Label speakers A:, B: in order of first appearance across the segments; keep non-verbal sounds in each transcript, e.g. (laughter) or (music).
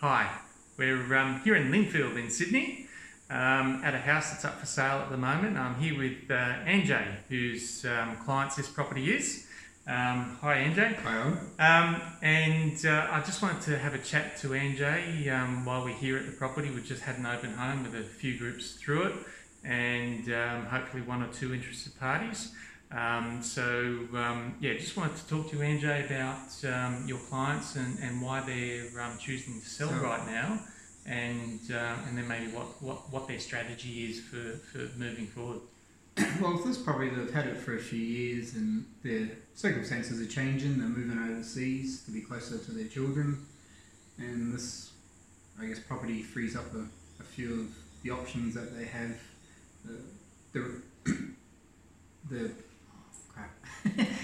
A: Hi, we're um, here in Lingfield in Sydney um, at a house that's up for sale at the moment. I'm here with uh, Anjay, whose um, clients this property is. Um, hi, Anjay.
B: Hi, Owen.
A: Um, and uh, I just wanted to have a chat to Anjay um, while we're here at the property. We've just had an open home with a few groups through it and um, hopefully one or two interested parties. Um, so, um, yeah, just wanted to talk to you, Anjay, about um, your clients and, and why they're um, choosing to sell
B: Sure.
A: right now and uh, and then maybe what, what, what their strategy is for, for moving forward.
B: Well, with this property, they've had it for a few years and their circumstances are changing. They're moving overseas to be closer to their children. And this, I guess, property frees up a, a few of the options that they have. The, the, (coughs) the oh, crap.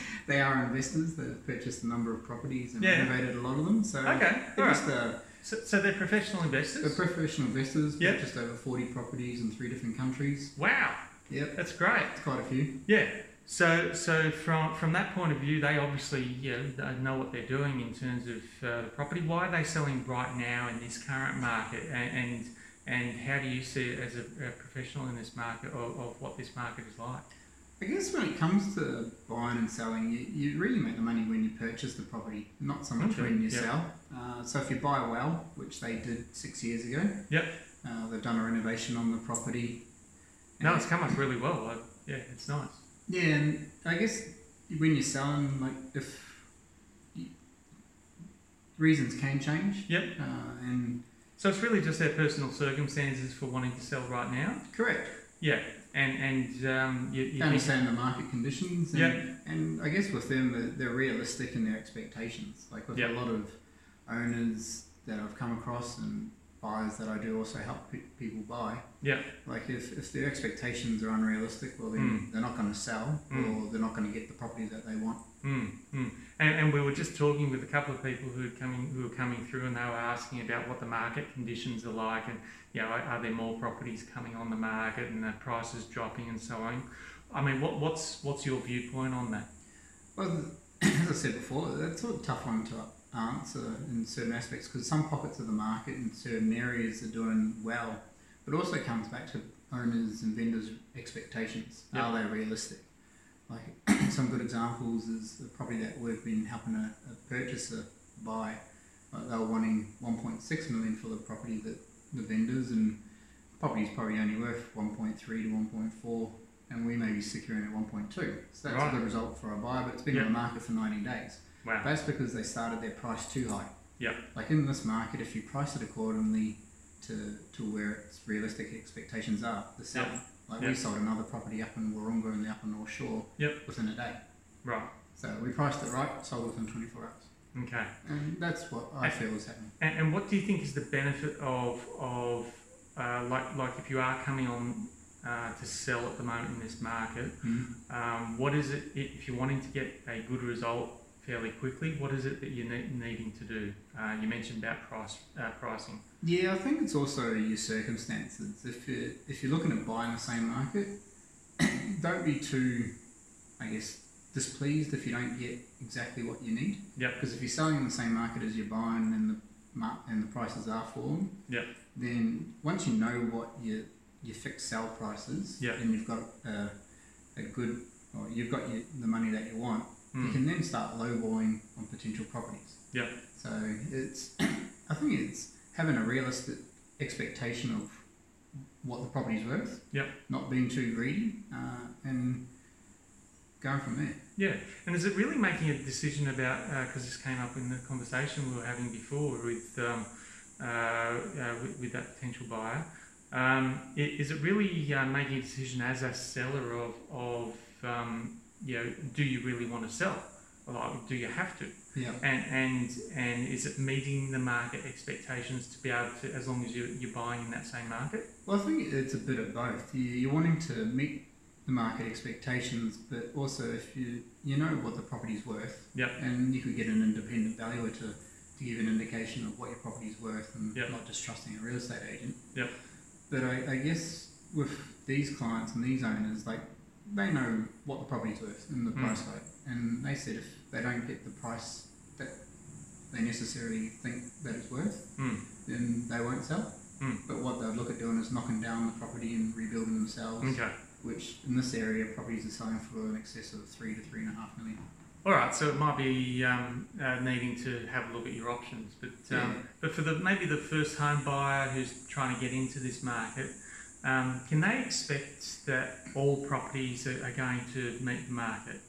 B: (laughs) they are investors. They've purchased a number of properties and
A: Yeah.
B: renovated a lot of them. So
A: Okay, all
B: they're
A: right.
B: just a,
A: So, so they're professional
B: Uh, they're
A: investors?
B: professional investors,
A: Yep.
B: purchased over 40 properties in three different countries.
A: Wow,
B: Yep,
A: that's great.
B: that's quite a few.
A: Yeah. So, so from from that point of view, they obviously you know, they know what they're doing in terms of uh, the property. Why are they selling right now in this current market, and and, and how do you see it as a, a professional in this market, or, of what this market is like?
B: I guess when it comes to buying and selling, you, you really make the money when you purchase the property, not so much
A: Okay,
B: when you
A: yeah.
B: sell. Uh, so if you buy well, which they did six years ago,
A: Yep.
B: uh, they've done a renovation on the property.
A: No,
B: And-
A: it's come up really well. I, yeah, it's nice.
B: yeah, and I guess when you're selling, like if you, reasons can change,
A: Yep.
B: uh, and
A: So it's really just their personal circumstances for wanting to sell right now.
B: correct,
A: Yeah, and and um, you, you think,
B: understand the market conditions. And,
A: Yeah.
B: and I guess with them, they're, they're realistic in their expectations. Like with
A: Yeah.
B: a lot of owners that I've come across and buyers that I do also help pe- people buy.
A: Yeah.
B: Like if, if their expectations are unrealistic, well
A: Hmm.
B: then they're not going to sell
A: Mm.
B: or they're not going to get the property that they want.
A: Mm, mm. And, and we were just talking with a couple of people who are coming who were coming through, and they were asking about what the market conditions are like, and you know, are, are there more properties coming on the market, and the prices dropping, and so on. I mean, what, what's what's your viewpoint on that?
B: Well, (clears throat) th- as I said before, that's a tough one to answer in certain aspects because some pockets of the market in certain areas are doing well, but also comes back to owners and vendors' expectations.
A: Yep.
B: Are they realistic? Like (clears throat) some good examples is the property that we've been helping a, a purchaser buy. Like they were wanting 1.6 million for the property that the vendors and property's probably only worth 1.3 to 1.4 and we may be securing at 1.2 so that's
A: Right.
B: a good result for a buyer but it's been on
A: Yeah.
B: the market for 90 days
A: Wow.
B: that's because they started their price too high
A: Yeah.
B: like in this market if you price it accordingly to to where its realistic expectations are the seller like
A: Yeah.
B: we sold another property up in Warunga in the upper North Shore
A: Yep.
B: within a day
A: Right.
B: so we priced it right sold within 24 hours
A: Okay.
B: and that's what I
A: And-
B: feel is happening
A: And, and what do you think is the benefit of of uh, like like if you are coming on uh, to sell at the moment in this market, um, what is it if you're wanting to get a good result fairly quickly? What is it that you're ne- needing to do? Uh, you mentioned about price uh, pricing.
B: Yeah, I think it's also your circumstances. If you're, if you're looking to buy in the same market, (coughs) don't be too, I guess, displeased if you don't get exactly what you need.
A: Yep.
B: Because if you're selling in the same market as you're buying and the mar- and the prices are falling,
A: Yep.
B: then once you know what your your fixed sell price is,
A: Yep.
B: and you've got a, a good, or you've got your, the money that you want, you
A: Mm.
B: can then start lowballing on potential properties.
A: Yeah.
B: So it's, (coughs) I think it's having a realistic expectation of what the property's worth.
A: Yeah.
B: Not being too greedy, uh, and going from there.
A: Yeah, and is it really making a decision about because this came up in the conversation we were having before with um, uh, uh, with, with that potential buyer? Um, i- is it really uh, making a decision as a seller of of um, you know do you really want to sell? Like, do you have to?
B: Yeah.
A: And and and is it meeting the market expectations to be able to as long as you you're buying in that same market?
B: Well, I think it's a bit of both. You- You're wanting to meet the market expectations, but also if you you know what the property's worth,
A: Yep.
B: and you could get an independent valuer to, to give an indication of what your property's worth, and
A: Yep.
B: not just trusting a real estate agent.
A: Yep.
B: But I, I guess with these clients and these owners, like they know what the property's worth and the
A: Mm.
B: price of it, and they said if they don't get the price that they necessarily think that it's worth,
A: Mm.
B: then they won't sell.
A: Mm.
B: But what they'd look at doing is knocking down the property and rebuilding themselves,
A: Okay.
B: which in this area properties are selling for in excess of three to three and a half million.
A: All right, so it might be um, uh, needing to have a look at your options, but um,
B: Yeah.
A: but for the maybe the first home buyer who's trying to get into this market, um, can they expect that all properties are, are going to meet the market?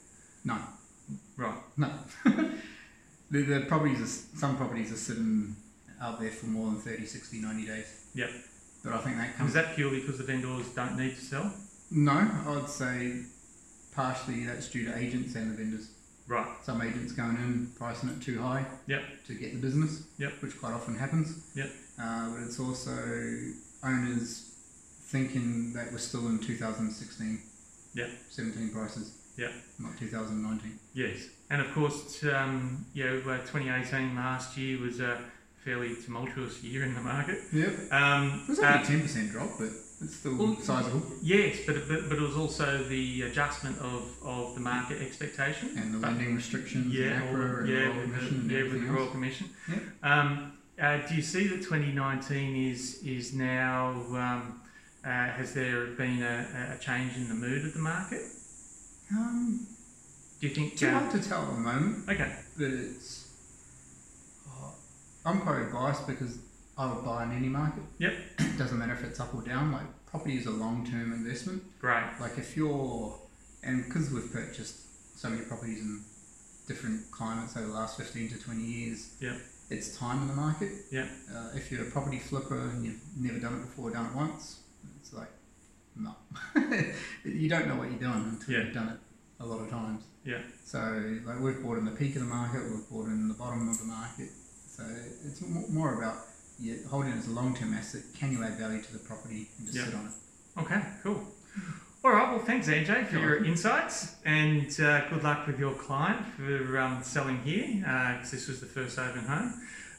B: No,
A: Right.
B: no. the, the properties are, s- some properties are sitting out there for more than 30, 60, 90 days.
A: Yep.
B: But I think that
A: Is
B: comes.
A: that purely because the vendors don't need to sell?
B: no, I'd say partially that's due to agents and the vendors.
A: Right.
B: some agents going in pricing it too high
A: Yep.
B: to get the business,
A: Yep.
B: which quite often happens.
A: Yep.
B: Uh, but it's also owners thinking that we're still in 2016,
A: Yep.
B: 17 prices,
A: Yep.
B: not 2019.
A: Yes. And of course, t- um, you know, uh, 2018 last year was a fairly tumultuous year in the market.
B: Yep.
A: Um,
B: It was
A: uh,
B: only a 10% drop, but it's still
A: Well-
B: sizable.
A: Yes, but, but but it was also the adjustment of, of the market expectation.
B: And the
A: But-
B: lending restrictions,
A: yeah,
B: and
A: or-
B: APRA, and
A: yeah,
B: the Royal
A: with
B: Commission, and
A: the, yeah, with the
B: everything
A: Royal
B: else.
A: Commission.
B: Yep.
A: Um, uh, do you see that 2019 is is now um, uh, has there been a, a change in the mood of the market?
B: Um,
A: Do you think?
B: too
A: Uh,
B: hard to tell at the moment.
A: okay.
B: that it's. oh, I'm probably biased because I would buy in any market.
A: Yep.
B: Doesn't matter if it's up or down. Like property is a long-term investment.
A: Great.
B: Like if you're, and because we've purchased so many properties in different climates over the last fifteen to twenty years.
A: Yep.
B: It's time in the market.
A: Yep.
B: Uh, if you're a property flipper and you've never done it before, done it once, it's like, no, (laughs) you don't know what you're doing until
A: Yeah.
B: you've done it a lot of times.
A: Yeah.
B: So like we've bought in the peak of the market, we've bought in the bottom of the market. So it's mo- more about you holding it as a long-term asset. Can you add value to the property and just
A: Yeah.
B: sit on it?
A: Okay. Cool. All right. Well, thanks, AJ, for your insights, and uh, good luck with your client for um, selling here, because this was the first open home.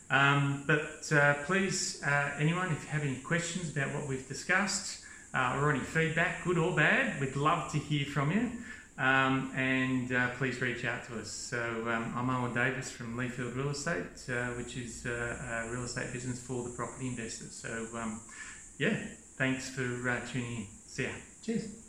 A: Um, but uh, please, uh, anyone, if you have any questions about what we've discussed uh, or any feedback, good or bad, we'd love to hear from you. Um, and uh, please reach out to us. So um, I'm Owen Davis from Leafield Real Estate, uh, which is uh, a real estate business for the property investors. So um, yeah, thanks for uh, tuning in. See ya.
B: Cheers.